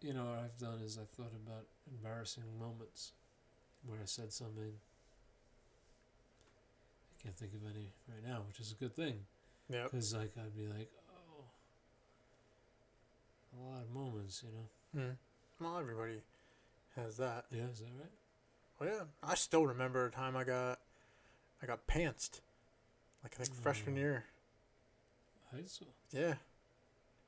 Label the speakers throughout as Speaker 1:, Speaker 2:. Speaker 1: you know what I've done is I thought about embarrassing moments where I said something. I can't think of any right now, which is a good thing
Speaker 2: Yep.
Speaker 1: because like I'd be like, oh, a lot of moments, you know.
Speaker 2: Mm. Well, everybody has that.
Speaker 1: Yeah, is that right?
Speaker 2: Oh yeah, I still remember a time I got, I got pantsed, like I think freshman
Speaker 1: Mm.
Speaker 2: year.
Speaker 1: High school.
Speaker 2: Yeah,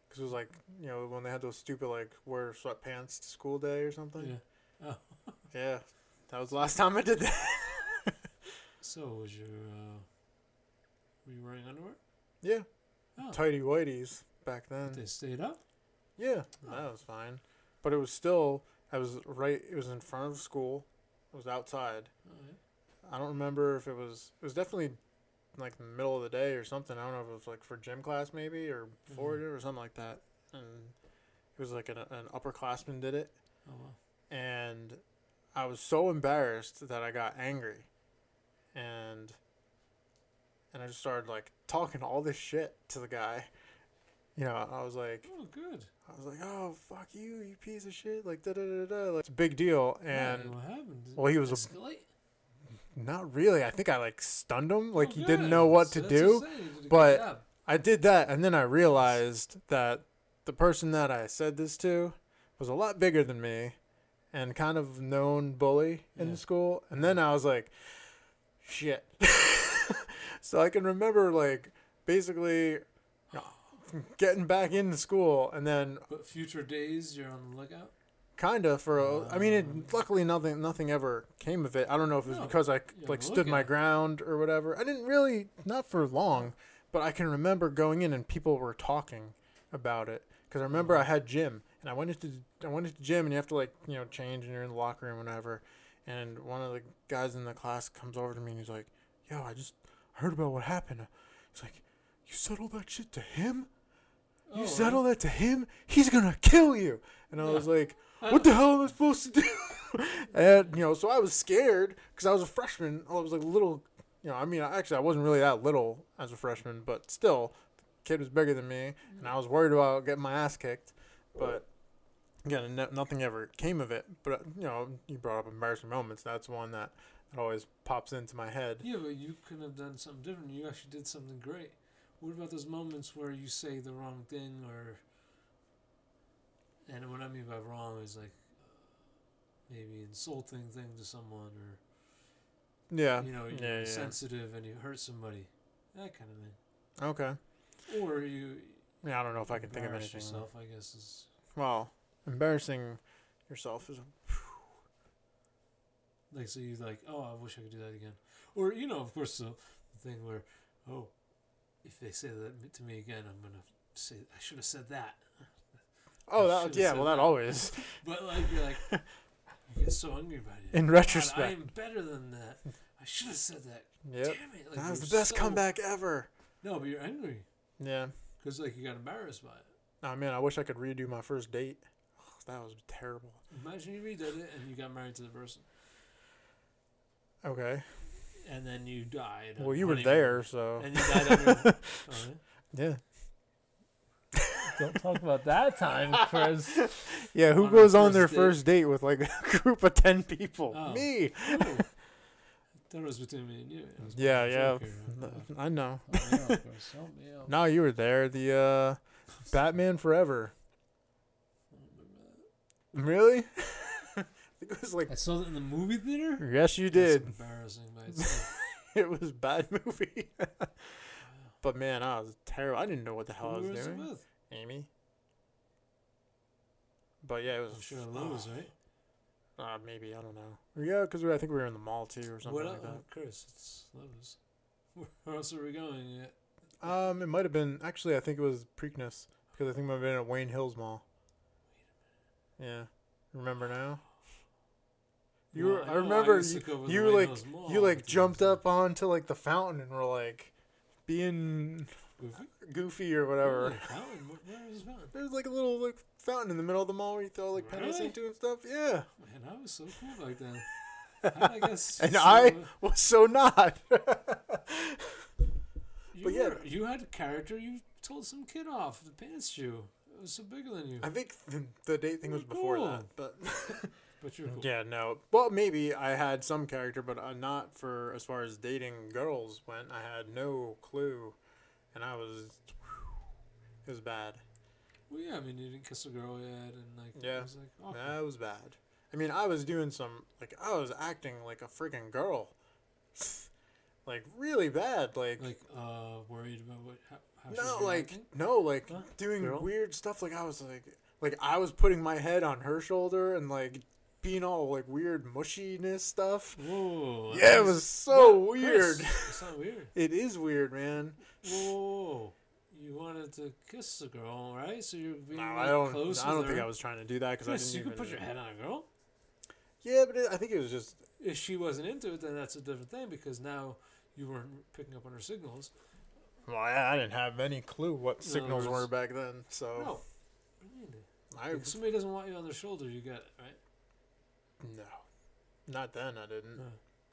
Speaker 2: because it was like you know when they had those stupid like wear sweatpants to school day or something.
Speaker 1: Yeah. Oh,
Speaker 2: Yeah, that was the last time I did that.
Speaker 1: so was your? Uh, were you wearing underwear?
Speaker 2: yeah,
Speaker 1: Oh,
Speaker 2: tidy whities back
Speaker 1: but they
Speaker 2: then.
Speaker 1: stayed up.
Speaker 2: Yeah,
Speaker 1: Oh.
Speaker 2: that was fine, but it was still I was right. It was in front of school. It was outside.
Speaker 1: Oh, yeah.
Speaker 2: I don't remember if it was. It was definitely like the middle of the day or something. I don't know if it was like for gym class maybe or before it or something like that. And it was like an, an upperclassman did it,
Speaker 1: Oh wow.
Speaker 2: and I was so embarrassed that I got angry, and and I just started like talking all this shit to the guy. You know, I was like,
Speaker 1: Oh, good.
Speaker 2: I was like, oh fuck you, you piece of shit, like da da da da. Like, it's a big deal,
Speaker 1: Yeah,
Speaker 2: and
Speaker 1: what happened? Did
Speaker 2: well, he
Speaker 1: it
Speaker 2: was a
Speaker 1: escalate?
Speaker 2: not really. I think I like stunned him. Like
Speaker 1: Oh,
Speaker 2: he didn't
Speaker 1: good.
Speaker 2: know what
Speaker 1: So
Speaker 2: to
Speaker 1: that's
Speaker 2: do.
Speaker 1: insane. You did a good
Speaker 2: but-
Speaker 1: job.
Speaker 2: I did that and then I realized that the person that I said this to was a lot bigger than me and kind of known bully in
Speaker 1: Yeah.
Speaker 2: school. And then I was like, shit. so I can remember like basically uh, getting back into school and then
Speaker 1: But future days, you're on the lookout.
Speaker 2: kind of for a, I mean it, luckily nothing nothing ever came of it i don't know if it was
Speaker 1: Um. No,
Speaker 2: because i
Speaker 1: yeah,
Speaker 2: like
Speaker 1: but
Speaker 2: stood
Speaker 1: look
Speaker 2: my
Speaker 1: at it.
Speaker 2: ground or whatever i didn't really not for long but i can remember going in and people were talking about it because i remember
Speaker 1: Mm.
Speaker 2: i had gym and i went into i went into gym and you have to like you know change and you're in the locker room whatever and one of the guys in the class comes over to me and he's like yo i just heard about what happened he's like you said all that shit to him you
Speaker 1: Oh,
Speaker 2: said all that to him, he's gonna kill you. And I was like, what the hell am I supposed to do? and you know, so I was scared because I was a freshman. I was like little, you know. I mean, I- actually, I wasn't really that little as a freshman, but still, the kid was bigger than me, and I was worried about getting my ass kicked. But again, no, nothing ever came of it. But uh, you know, you brought up embarrassing moments. That's one that that always pops into my head.
Speaker 1: Yeah, but you could have done something different. You actually did something great. What about those moments where you say the wrong thing, or and what I mean by wrong is like maybe insulting thing to someone, or
Speaker 2: Yeah.
Speaker 1: you know, you're
Speaker 2: yeah, yeah.
Speaker 1: sensitive and you hurt somebody, that kind of thing.
Speaker 2: Okay.
Speaker 1: Or you
Speaker 2: Yeah, I don't know if I can think of
Speaker 1: embarrass
Speaker 2: anything.
Speaker 1: yourself, I guess is
Speaker 2: Well, embarrassing yourself is
Speaker 1: Like, so you like, oh, I wish I could do that again. Or, you know, of course, the, the thing where, oh, if they say that to me again, I'm going to say, I should have said that.
Speaker 2: oh
Speaker 1: I
Speaker 2: that
Speaker 1: should've
Speaker 2: yeah
Speaker 1: said
Speaker 2: well that
Speaker 1: that.
Speaker 2: always
Speaker 1: But, like, you're like, I get so angry about it.
Speaker 2: in
Speaker 1: God, I
Speaker 2: retrospect
Speaker 1: am better than that. I should have said that.
Speaker 2: yep
Speaker 1: Damn it. Like,
Speaker 2: that was
Speaker 1: you're
Speaker 2: the best
Speaker 1: so-
Speaker 2: comeback ever
Speaker 1: No, but you're angry
Speaker 2: yeah
Speaker 1: because, like, you got embarrassed by it.
Speaker 2: oh man I wish I could redo my first date oh, that was terrible
Speaker 1: Imagine you redid it and you got married to the person.
Speaker 2: okay
Speaker 1: And then you died. on
Speaker 2: well you were
Speaker 1: honeymoon.
Speaker 2: there so
Speaker 1: And you died on your... oh, yeah?
Speaker 2: yeah
Speaker 3: Don't talk about that time, Chris.
Speaker 2: yeah who
Speaker 1: On our
Speaker 2: goes on their
Speaker 1: first date.
Speaker 2: first date with like a group of ten people
Speaker 1: Oh.
Speaker 2: me
Speaker 1: Oh. I thought it was between me and you. It was
Speaker 2: yeah
Speaker 1: between
Speaker 2: yeah
Speaker 1: Joker and, uh,
Speaker 2: I know
Speaker 3: Help me out, Chris. Help me out.
Speaker 2: no you were there the uh Batman Forever really I think it was like
Speaker 1: I saw that in the movie theater.
Speaker 2: yes you
Speaker 1: That's
Speaker 2: did
Speaker 1: embarrassing by itself.
Speaker 2: it was a bad movie. but man, I was terrible. I didn't know what the hell I
Speaker 1: Who
Speaker 2: was
Speaker 1: was it
Speaker 2: doing.
Speaker 1: with?
Speaker 2: Amy. But yeah, it was. oh,
Speaker 1: I'm sure Lowe's,
Speaker 2: Ah,
Speaker 1: right?
Speaker 2: Uh, maybe I don't know. Yeah, because I think we were in the mall too, or something
Speaker 1: What
Speaker 2: like
Speaker 1: else? Oh, Chris, it's Lowe's. Where else are we going yet?
Speaker 2: that. Um, it might have been actually. I think it was Preakness because I think it might have been at Wayne Hills Mall. Yeah, remember now. You
Speaker 1: Well,
Speaker 2: were, I
Speaker 1: know
Speaker 2: remember
Speaker 1: used to
Speaker 2: you,
Speaker 1: go with
Speaker 2: you
Speaker 1: the
Speaker 2: were
Speaker 1: Waynos
Speaker 2: like
Speaker 1: Mall
Speaker 2: you like
Speaker 1: with the
Speaker 2: jumped
Speaker 1: Waynos
Speaker 2: up onto like the fountain and were like being
Speaker 1: Goofy?
Speaker 2: goofy or whatever.
Speaker 1: Really? Fountain? Where- Where is Fountain?
Speaker 2: There's like a little like fountain in the middle of the mall where you throw like pennies
Speaker 1: Really?
Speaker 2: into and stuff. Yeah.
Speaker 1: Oh, Man, I was so cool back then. I guess.
Speaker 2: And
Speaker 1: so-
Speaker 2: I was so not.
Speaker 1: you
Speaker 2: but yeah.
Speaker 1: were- you had a character. You told some kid off the pants shoe. I was so bigger than you.
Speaker 2: I think the, the date thing was before that, but
Speaker 1: But you're cool.
Speaker 2: yeah, no. Well, maybe I had some character, but uh, not for as far as dating girls went. I had no clue, and I was it was bad.
Speaker 1: Well, yeah. I mean, you didn't kiss a girl yet, and like,
Speaker 2: Yeah.
Speaker 1: It was like, oh, awkward.
Speaker 2: That was bad. I mean, I was doing some like I was acting like a freaking girl, like really bad. Like,
Speaker 1: like, uh, worried about what? How, how she was
Speaker 2: no,
Speaker 1: gonna
Speaker 2: like
Speaker 1: act?
Speaker 2: no, like
Speaker 1: Huh?
Speaker 2: doing
Speaker 1: Girl?
Speaker 2: weird stuff. Like I was like like I was putting my head on her shoulder and like being all like weird mushiness stuff.
Speaker 1: Whoa.
Speaker 2: Yeah, it
Speaker 1: that's-
Speaker 2: was so
Speaker 1: What?
Speaker 2: weird.
Speaker 1: Chris, It's not weird.
Speaker 2: It is weird, man.
Speaker 1: Whoa. You wanted to kiss the girl, right? So you're being
Speaker 2: No,
Speaker 1: like,
Speaker 2: I don't.
Speaker 1: close
Speaker 2: I don't
Speaker 1: with
Speaker 2: think
Speaker 1: her.
Speaker 2: I was trying to do that because I
Speaker 1: Chris,
Speaker 2: didn't
Speaker 1: you
Speaker 2: even.
Speaker 1: could put your head on a girl.
Speaker 2: Yeah, but it, I think it was just.
Speaker 1: If she wasn't into it, then that's a different thing because now you weren't picking up on her signals.
Speaker 2: Well, I, I didn't have any clue what signals
Speaker 1: words.
Speaker 2: were back then, so
Speaker 1: No. I mean,
Speaker 2: Oh. I
Speaker 1: If somebody doesn't want you on their shoulder, you got it, right?
Speaker 2: no, not then. I didn't.
Speaker 1: No.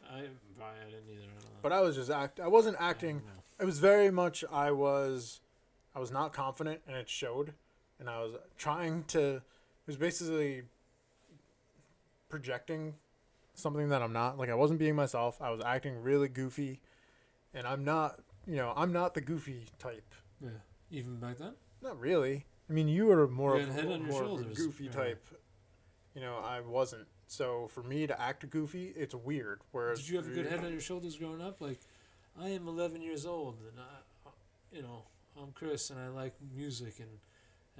Speaker 1: I probably I didn't either. I don't know.
Speaker 2: But I was just act. I wasn't
Speaker 1: I
Speaker 2: acting.
Speaker 1: don't know.
Speaker 2: It was very much. I was. I was not confident, and it showed. And I was trying to. It was basically projecting something that I'm not. Like I wasn't being myself. I was acting really goofy, and I'm not. You know, I'm not the goofy type.
Speaker 1: Yeah. Even back then?
Speaker 2: Not really. I mean, you were more
Speaker 1: You
Speaker 2: of,
Speaker 1: had a head on your
Speaker 2: more of a
Speaker 1: shoulders,
Speaker 2: goofy
Speaker 1: yeah.
Speaker 2: type. You know, I wasn't. So for me to act goofy, it's weird. Whereas
Speaker 1: Did you have a good
Speaker 2: you-
Speaker 1: head on your shoulders growing up? Like, I am 11 years old, and I, you know, I'm Chris, and I like music, and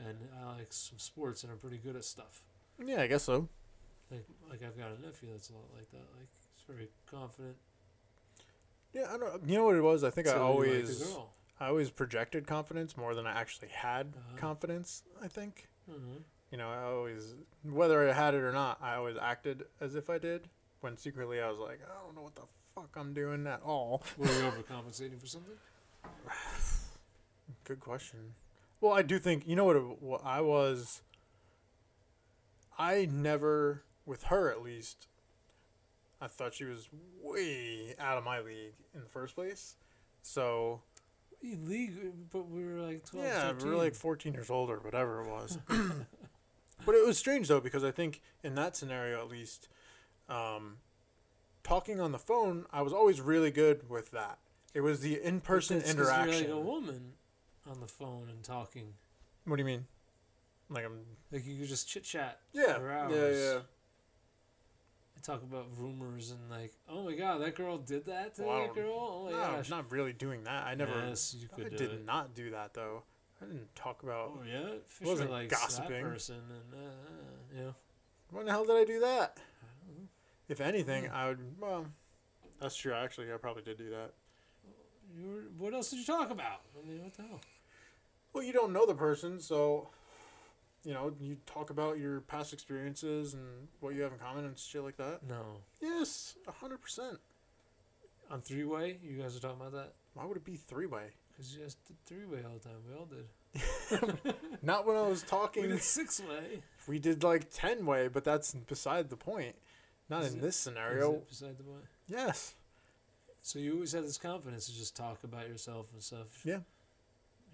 Speaker 1: and I like some sports, and I'm pretty good at stuff.
Speaker 2: Yeah, I guess so.
Speaker 1: Like, like I've got a nephew that's a lot like that. Like, he's very confident.
Speaker 2: Yeah, I don't. You know what it was? I think I
Speaker 1: so he liked
Speaker 2: always,
Speaker 1: the girl.
Speaker 2: I always projected confidence more than I actually had
Speaker 1: Uh-huh.
Speaker 2: confidence. I think.
Speaker 1: Mhm.
Speaker 2: You know, I always, whether I had it or not, I always acted as if I did. When secretly I was like, I don't know what the fuck I'm doing at all.
Speaker 1: Were you overcompensating for something?
Speaker 2: Good question. Well, I do think you know what, it, what I was. I never, with her at least, I thought she was way out of my league in the first place. So
Speaker 1: Illegal, but we were like 12,
Speaker 2: yeah,
Speaker 1: 13.
Speaker 2: we we're like fourteen years old or whatever it was. but it was strange though because I think in that scenario at least, um, talking on the phone, I was always really good with that. It was the in-person
Speaker 1: That's 'cause
Speaker 2: interaction.
Speaker 1: You're like a woman on the phone and talking.
Speaker 2: what do you mean? Like I'm
Speaker 1: Like you could just chit chat
Speaker 2: yeah
Speaker 1: for
Speaker 2: yeah
Speaker 1: hours.
Speaker 2: yeah.
Speaker 1: and talk about rumors and like, oh my god, that girl did that to
Speaker 2: Well, I
Speaker 1: that
Speaker 2: don't-
Speaker 1: girl. Oh my
Speaker 2: No,
Speaker 1: gosh.
Speaker 2: not really doing that. I never.
Speaker 1: Yes, you
Speaker 2: I
Speaker 1: could do
Speaker 2: did
Speaker 1: it.
Speaker 2: not do that though. I didn't talk about.
Speaker 1: Oh yeah, Fisher
Speaker 2: wasn't
Speaker 1: likes
Speaker 2: gossiping.
Speaker 1: that person, and uh, uh, you know,
Speaker 2: When the hell did I do that?
Speaker 1: I
Speaker 2: If anything,
Speaker 1: Hmm.
Speaker 2: I would. Well, that's true. Actually, I probably did do that.
Speaker 1: you were, what else did you talk about? I mean, what the hell?
Speaker 2: Well, you don't know the person, so you know you talk about your past experiences and what you have in common and shit like that.
Speaker 1: No,
Speaker 2: Yes, hundred percent.
Speaker 1: on three way, you guys were talking about that
Speaker 2: Why would it be three way?
Speaker 1: because you guys did three way all the time. We all did.
Speaker 2: Not when I was
Speaker 1: We
Speaker 2: talking.
Speaker 1: did six way.
Speaker 2: we did like ten way, but that's beside the point. Not
Speaker 1: Is
Speaker 2: in
Speaker 1: it-
Speaker 2: this scenario.
Speaker 1: Beside the point.
Speaker 2: Yes.
Speaker 1: So you always had this confidence to just talk about yourself and stuff.
Speaker 2: Yeah.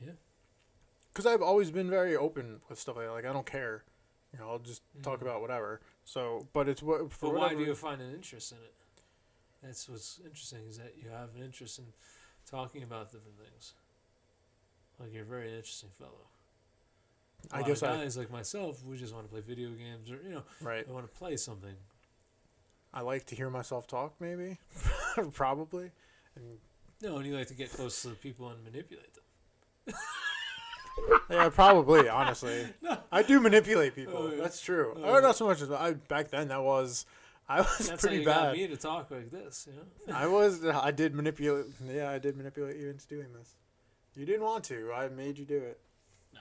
Speaker 1: Yeah.
Speaker 2: because I've always been very open with stuff like that. Like I don't care, you know. I'll just talk
Speaker 1: Mhm.
Speaker 2: about whatever. So, but it's what for
Speaker 1: But why
Speaker 2: whatever.
Speaker 1: do you find an interest in it? That's what's interesting is that you have an interest in talking about different things. Like you're a very interesting fellow. A
Speaker 2: I
Speaker 1: lot
Speaker 2: guess
Speaker 1: of
Speaker 2: I
Speaker 1: guys like myself, we just want to play video games or you know,
Speaker 2: right.
Speaker 1: I want to play something.
Speaker 2: I like to hear myself talk, maybe, probably. And
Speaker 1: No, and you like to get close to the people and manipulate them.
Speaker 2: yeah, probably. honestly, I do manipulate people.
Speaker 1: Oh, yeah.
Speaker 2: That's true.
Speaker 1: Oh,
Speaker 2: Or
Speaker 1: yeah.
Speaker 2: not so much as I back then. That was I was
Speaker 1: That's how
Speaker 2: pretty
Speaker 1: you got
Speaker 2: bad.
Speaker 1: me to talk like this, you know.
Speaker 2: I was. I did manipulate. Yeah, I did manipulate you into doing this. You didn't want to. I made you do it.
Speaker 1: No.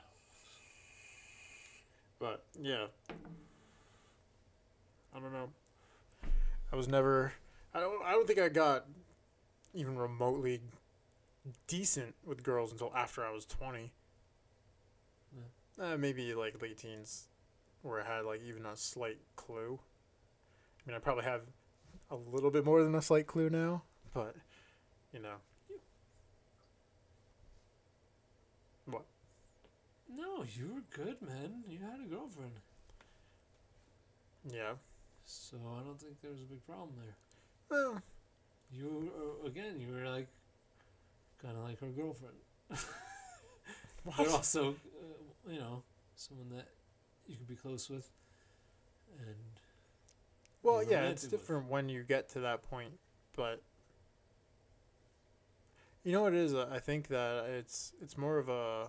Speaker 2: But yeah, I don't know. I was never. I don't. I don't think I got even remotely decent with girls until after I was twenty. Uh, maybe like late teens, where I had like even a slight clue. I mean, I probably have a little bit more than a slight clue now, but you know. What?
Speaker 1: No, No, you were good, man. You had a girlfriend.
Speaker 2: Yeah.
Speaker 1: So I don't think there was a big problem there.
Speaker 2: Well,
Speaker 1: You were, uh, again, you were like, kind of like her girlfriend. But
Speaker 2: what?
Speaker 1: also, uh, you know, someone that you could be close with. And
Speaker 2: Well,
Speaker 1: you're
Speaker 2: yeah,
Speaker 1: romantic
Speaker 2: it's
Speaker 1: with.
Speaker 2: different when you get to that point, but you know what it is. uh, I think that it's it's more of a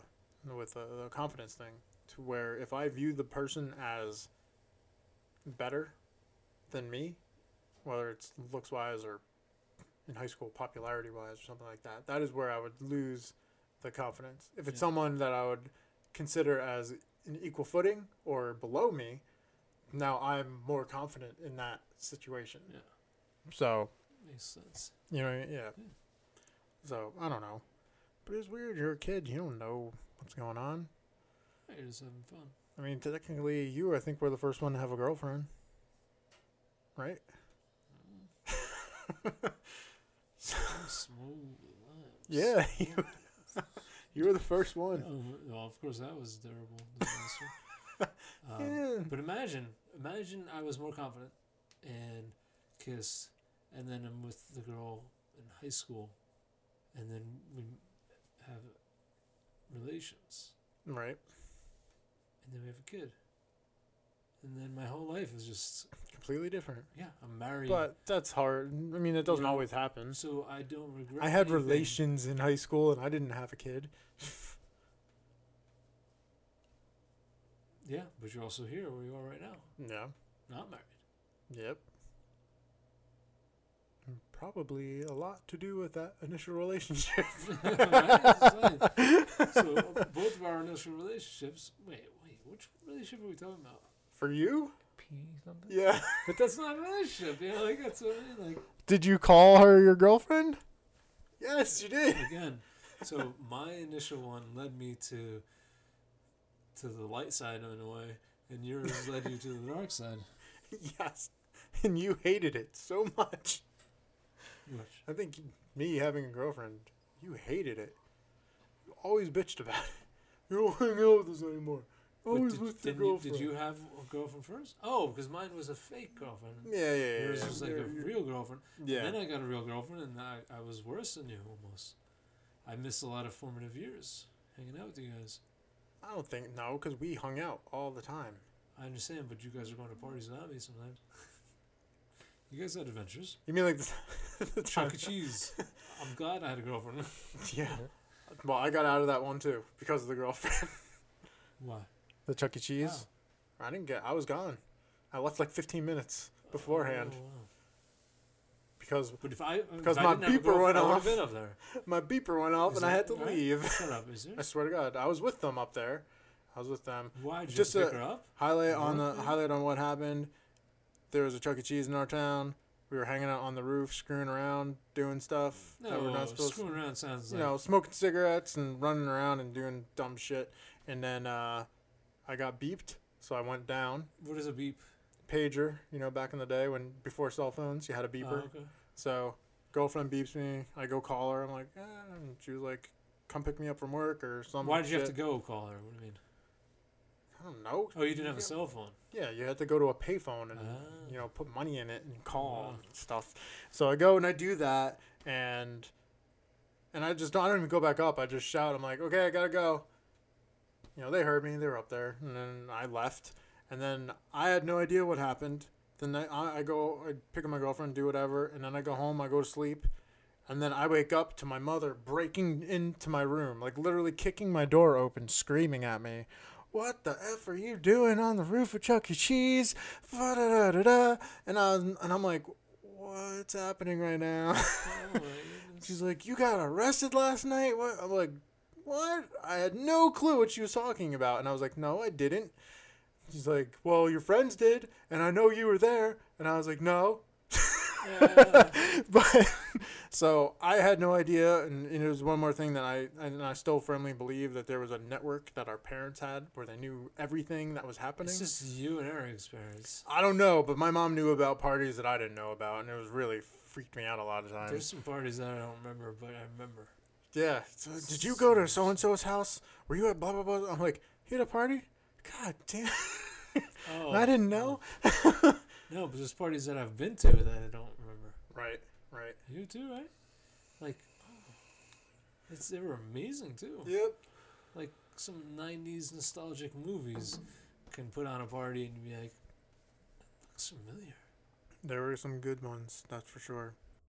Speaker 2: with a, a confidence thing, to where if I view the person as better than me, whether it's looks wise or in high school popularity wise or something like that, that is where I would lose the confidence. If it's
Speaker 1: Yeah.
Speaker 2: someone that I would consider as an equal footing or below me, now I'm more confident in that situation.
Speaker 1: Yeah.
Speaker 2: So
Speaker 1: makes sense.
Speaker 2: you know, yeah.
Speaker 1: Yeah.
Speaker 2: So I don't know, but it's weird. You're a kid. You don't know what's going on.
Speaker 1: Yeah, You're just having fun.
Speaker 2: I mean, technically, you I think were the first one to have a girlfriend, right?
Speaker 1: I'm smooth. lives.
Speaker 2: Yeah, you, you were the first
Speaker 1: Oh,
Speaker 2: one.
Speaker 1: well, of course, that was terrible. disaster. um,
Speaker 2: Yeah.
Speaker 1: but imagine, imagine I was more confident and kissed, and then I'm with the girl in high school, and then we have relations,
Speaker 2: Right.
Speaker 1: and then we have a kid, and then my whole life is just
Speaker 2: Completely different.
Speaker 1: yeah, I'm married.
Speaker 2: But that's hard. I mean, it doesn't
Speaker 1: You're-
Speaker 2: always happen.
Speaker 1: so I don't regret.
Speaker 2: I had
Speaker 1: anything.
Speaker 2: relations in high school, and I didn't have a kid.
Speaker 1: Yeah, but you're also here where you are right now,
Speaker 2: No.
Speaker 1: not married.
Speaker 2: Yep. Probably a lot to do with that initial relationship.
Speaker 1: Right? so both of our initial relationships. Wait, wait, which relationship are we talking about?
Speaker 2: For you?
Speaker 3: P something.
Speaker 2: Yeah.
Speaker 1: But that's not a relationship, you know. Like that's what I mean.
Speaker 2: Did you call her your girlfriend? Yes, you did.
Speaker 1: Like again, so my initial one led me to to the light side in a way, and yours led you to the dark side.
Speaker 2: Yes. And you hated it so much.
Speaker 1: Which
Speaker 2: I think me having a girlfriend, you hated it. You always bitched about it. You don't hang out with us anymore. Always
Speaker 1: did,
Speaker 2: Oh, with your
Speaker 1: didn't you-
Speaker 2: girlfriend.
Speaker 1: did you have a girlfriend first? Oh, because mine was a fake girlfriend.
Speaker 2: Yeah, yeah, yeah.
Speaker 1: Yours
Speaker 2: yeah.
Speaker 1: was like a
Speaker 2: You're- you're-
Speaker 1: real girlfriend.
Speaker 2: yeah.
Speaker 1: Then I got a real girlfriend, and I, I was worse than you almost. I missed a lot of formative years hanging out with you guys.
Speaker 2: I don't think no, because we hung out all the time.
Speaker 1: I understand, but you guys are going to parties without me sometimes. you guys had adventures.
Speaker 2: You mean like the, the
Speaker 1: Chuck E.
Speaker 2: time-
Speaker 1: Cheese. I'm glad I had a girlfriend.
Speaker 2: Yeah. Well, I got out of that one too because of the girlfriend.
Speaker 1: Why?
Speaker 2: the Chuck E. Cheese. I didn't get. I was gone. I left like 15 minutes beforehand
Speaker 1: Oh, wow.
Speaker 2: because
Speaker 1: But if I because
Speaker 2: Because
Speaker 1: if
Speaker 2: my
Speaker 1: I didn't have a
Speaker 2: beeper
Speaker 1: girlfriend,
Speaker 2: went
Speaker 1: I would
Speaker 2: off.
Speaker 1: have been up there.
Speaker 2: my beeper went off
Speaker 1: Is
Speaker 2: and I
Speaker 1: that
Speaker 2: had to
Speaker 1: right?
Speaker 2: leave.
Speaker 1: Shut up, is
Speaker 2: I
Speaker 1: there?
Speaker 2: swear to God, I was with them up there. I was with them.
Speaker 1: Why did you
Speaker 2: Just
Speaker 1: just pick
Speaker 2: a-
Speaker 1: her up?
Speaker 2: Highlight on the
Speaker 1: Okay.
Speaker 2: highlight on what happened. There was a Chuck E. Cheese in our town. We were hanging out on the roof, screwing around, doing stuff that we're
Speaker 1: No,
Speaker 2: not supposed to.
Speaker 1: screwing around sounds
Speaker 2: you
Speaker 1: like
Speaker 2: know, smoking cigarettes and running around and doing dumb shit. And then uh, I got beeped, so I went down.
Speaker 1: what is a beep?
Speaker 2: Pager, you know, back in the day when before cell phones, you had a
Speaker 1: Oh,
Speaker 2: beeper.
Speaker 1: okay.
Speaker 2: So girlfriend beeps me. I go call her. I'm like, eh, and she was like, come pick me up from work or something.
Speaker 1: Why did you have to go call her? What do you mean?
Speaker 2: I don't know.
Speaker 1: Oh, you didn't have a
Speaker 2: Yeah.
Speaker 1: cell phone.
Speaker 2: Yeah, you had to go to a payphone and
Speaker 1: Ah.
Speaker 2: you know put money in it and call
Speaker 1: Wow.
Speaker 2: and stuff. So I go and I do that and and I just don't, I don't even go back up. I just shout. I'm like, okay, I gotta go. You know, they heard me. They were up there, and then I left. And then I had no idea what happened. Then I, I I go, I pick up my girlfriend, do whatever, and then I go home. I go to sleep, and then I wake up to my mother breaking into my room, like literally kicking my door open, screaming at me what the f are you doing on the roof of Chuck E. Cheese? Fa-da-da-da-da. And I was, and I'm like, what's happening right now?
Speaker 1: Oh, my goodness.
Speaker 2: She's like, you got arrested last night. What? I'm like, what? I had no clue what she was talking about, and I was like, no, I didn't. She's like, well, your friends did, and I know you were there, and I was like, no. but so I had no idea, and, and it was one more thing that I and I still firmly believe that there was a network that our parents had where they knew everything that was happening.
Speaker 1: it's just you and Eric's parents.
Speaker 2: I don't know, but my mom knew about parties that I didn't know about, and it was really freaked me out a lot of times.
Speaker 1: There's some parties that I don't remember, but I remember.
Speaker 2: Yeah. So did you go to so and so's house? Were you at blah blah blah? I'm like, You had a party? God damn.
Speaker 1: Oh,
Speaker 2: I didn't know.
Speaker 1: No, but there's parties that I've been to that I don't remember.
Speaker 2: Right, right.
Speaker 1: You too, right? Like, oh, it's they were amazing too.
Speaker 2: Yep.
Speaker 1: Like some '90s nostalgic movies can put on a party and be like, looks familiar.
Speaker 2: There were some good ones, that's for sure.